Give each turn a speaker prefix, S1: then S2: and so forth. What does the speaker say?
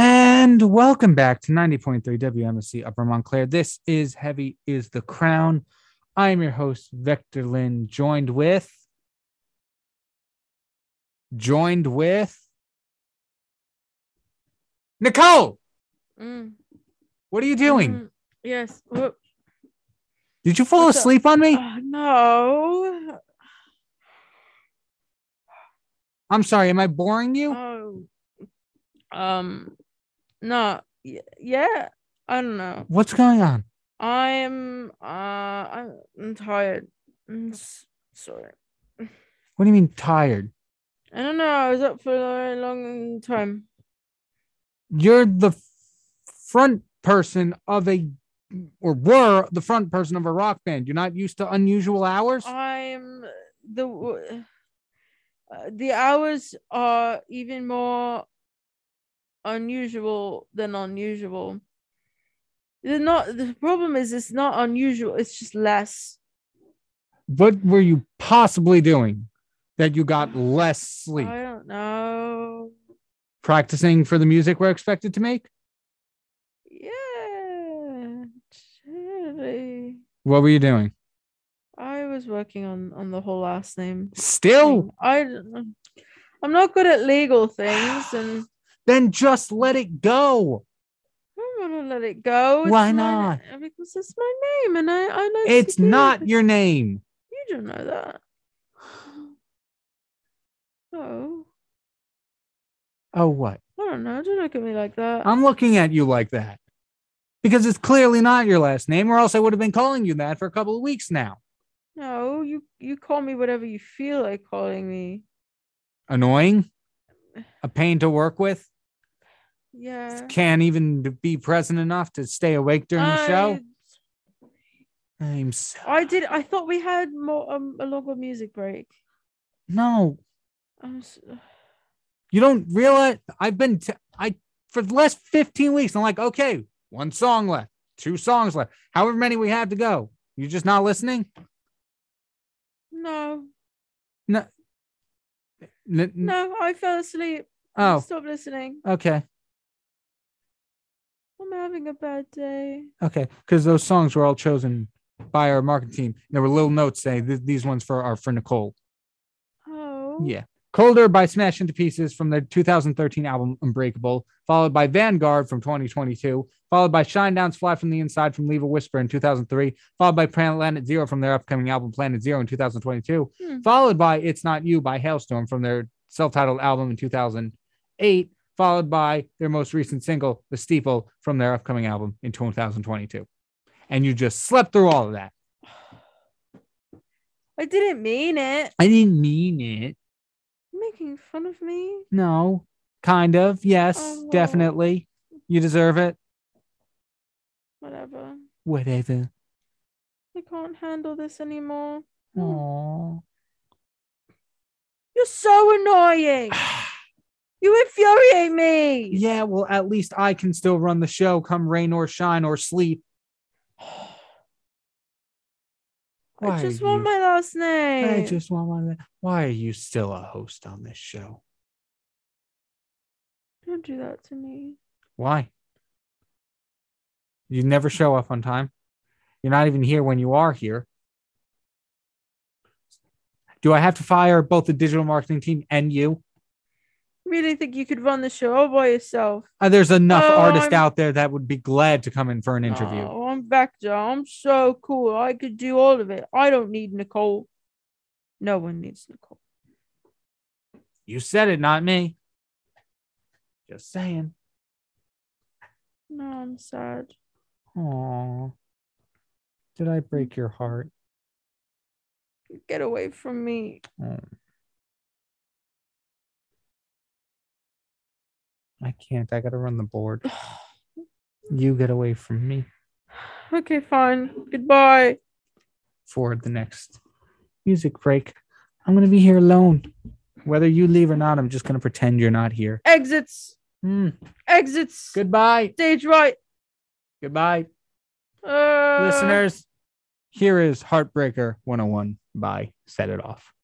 S1: And welcome back to 90.3 WMSC Upper Montclair. This is Heavy is the Crown. I am your host, Vector Lynn, joined with. Joined with. Nicole,
S2: Mm,
S1: what are you doing?
S2: mm, Yes. Whoop.
S1: Did you fall
S2: What's up?
S1: asleep on me?
S2: Oh, no.
S1: I'm sorry. Am I boring you?
S2: Oh. Um. No. y- Yeah. I don't know.
S1: What's going on?
S2: I'm. Uh. I'm, I'm tired. I'm s- sorry.
S1: What do you mean tired?
S2: I don't know. I was up for a very long time.
S1: You're the front person of a, or were the front person of a rock band. You're not used to unusual hours?
S2: I'm the w- uh, the hours are even more unusual than unusual. They're not the problem is it's not unusual, it's just less.
S1: what were you possibly doing that you got less sleep?
S2: I don't know.
S1: Practicing for the music we're expected to make?
S2: Yeah. surely.
S1: What were you doing?
S2: I was working on on the whole last name.
S1: Still,
S2: thing. I don't know. I'm not good at legal things and
S1: then just let it go.
S2: I don't want to let it go. It's
S1: Why
S2: my-
S1: not?
S2: Because it's my name, and I, I like. to
S1: It's
S2: do
S1: not
S2: it.
S1: your name.
S2: You don't know that. Oh,
S1: Oh, what?
S2: I don't know. Don't look at me like that.
S1: I'm looking at you like that because it's clearly not your last name, or else I would have been calling you that for a couple of weeks now.
S2: no, you you call me whatever you feel like calling me.
S1: Annoying, a pain to work with.
S2: Yeah.
S1: Can't even be present enough to stay awake during the show. I'm so
S2: I, I did. I thought we had more um, a longer music break.
S1: no,
S2: I'm s
S1: You don't realize I've been t- I for the last 15 weeks. I'm like, okay, one song left, two songs left, however many we have to go. You're just not listening.
S2: no,
S1: N- n-
S2: no. I fell asleep.
S1: Mm. Oh,
S2: Stop listening.
S1: okay,
S2: I'm having a bad day.
S1: okay, because those songs were all chosen by our marketing team. There were little notes saying "Th- these ones for are for Nicole.
S2: Oh.
S1: Yeah. Colder by Smash Into Pieces from their 2013 album Unbreakable, followed by Vanguard from 2022, followed by Shinedown's Fly from the Inside from Leave a Whisper in 2003, followed by Planet Zero from their upcoming album Planet Zero in 2022,
S2: Hmm.
S1: followed by It's Not You by Hailstorm from their self titled album in 2008, followed by their most recent single, The Steeple, from their upcoming album in 2022. And you just slept through all of that.
S2: I didn't mean it.
S1: I didn't mean it.
S2: Making fun of me?
S1: No, kind of. Yes,
S2: Oh, no.
S1: definitely. You deserve it.
S2: Whatever.
S1: Whatever.
S2: I can't handle this anymore. Hmm.
S1: Aww.
S2: You're so annoying. You infuriate me.
S1: yeah, well, at least I can still run the show come rain or shine or sleep. Why
S2: I
S1: are
S2: just want
S1: you-
S2: my last name.
S1: I just want one. of that- Why are you still a host on this show?
S2: Don't do that to me.
S1: Why? You never show up on time. You're not even here when you are here. Do I have to fire both the digital marketing team and you?
S2: Really think you could run the show all by yourself?
S1: Uh, there's enough
S2: Oh,
S1: artists
S2: I'm- Oh.
S1: out there that would be glad to come in for an interview.
S2: No, I'm Vector. I'm so cool. I could do all of it. I don't need Nicole. No one needs Nicole.
S1: You said it, not me. Just saying.
S2: No, I'm sad.
S1: Aw. Did I break your heart?
S2: Get away from me.
S1: I can't. I gotta run the board. You get away from me
S2: okay, fine. Goodbye.
S1: for the next music break. I'm gonna be here alone. Whether you leave or not, I'm just gonna pretend you're not here.
S2: Exits.
S1: Hmm.
S2: Exits.
S1: Goodbye.
S2: Stage right.
S1: Goodbye,
S2: Uh,
S1: listeners. Here is Heartbreaker 101 by Set It Off.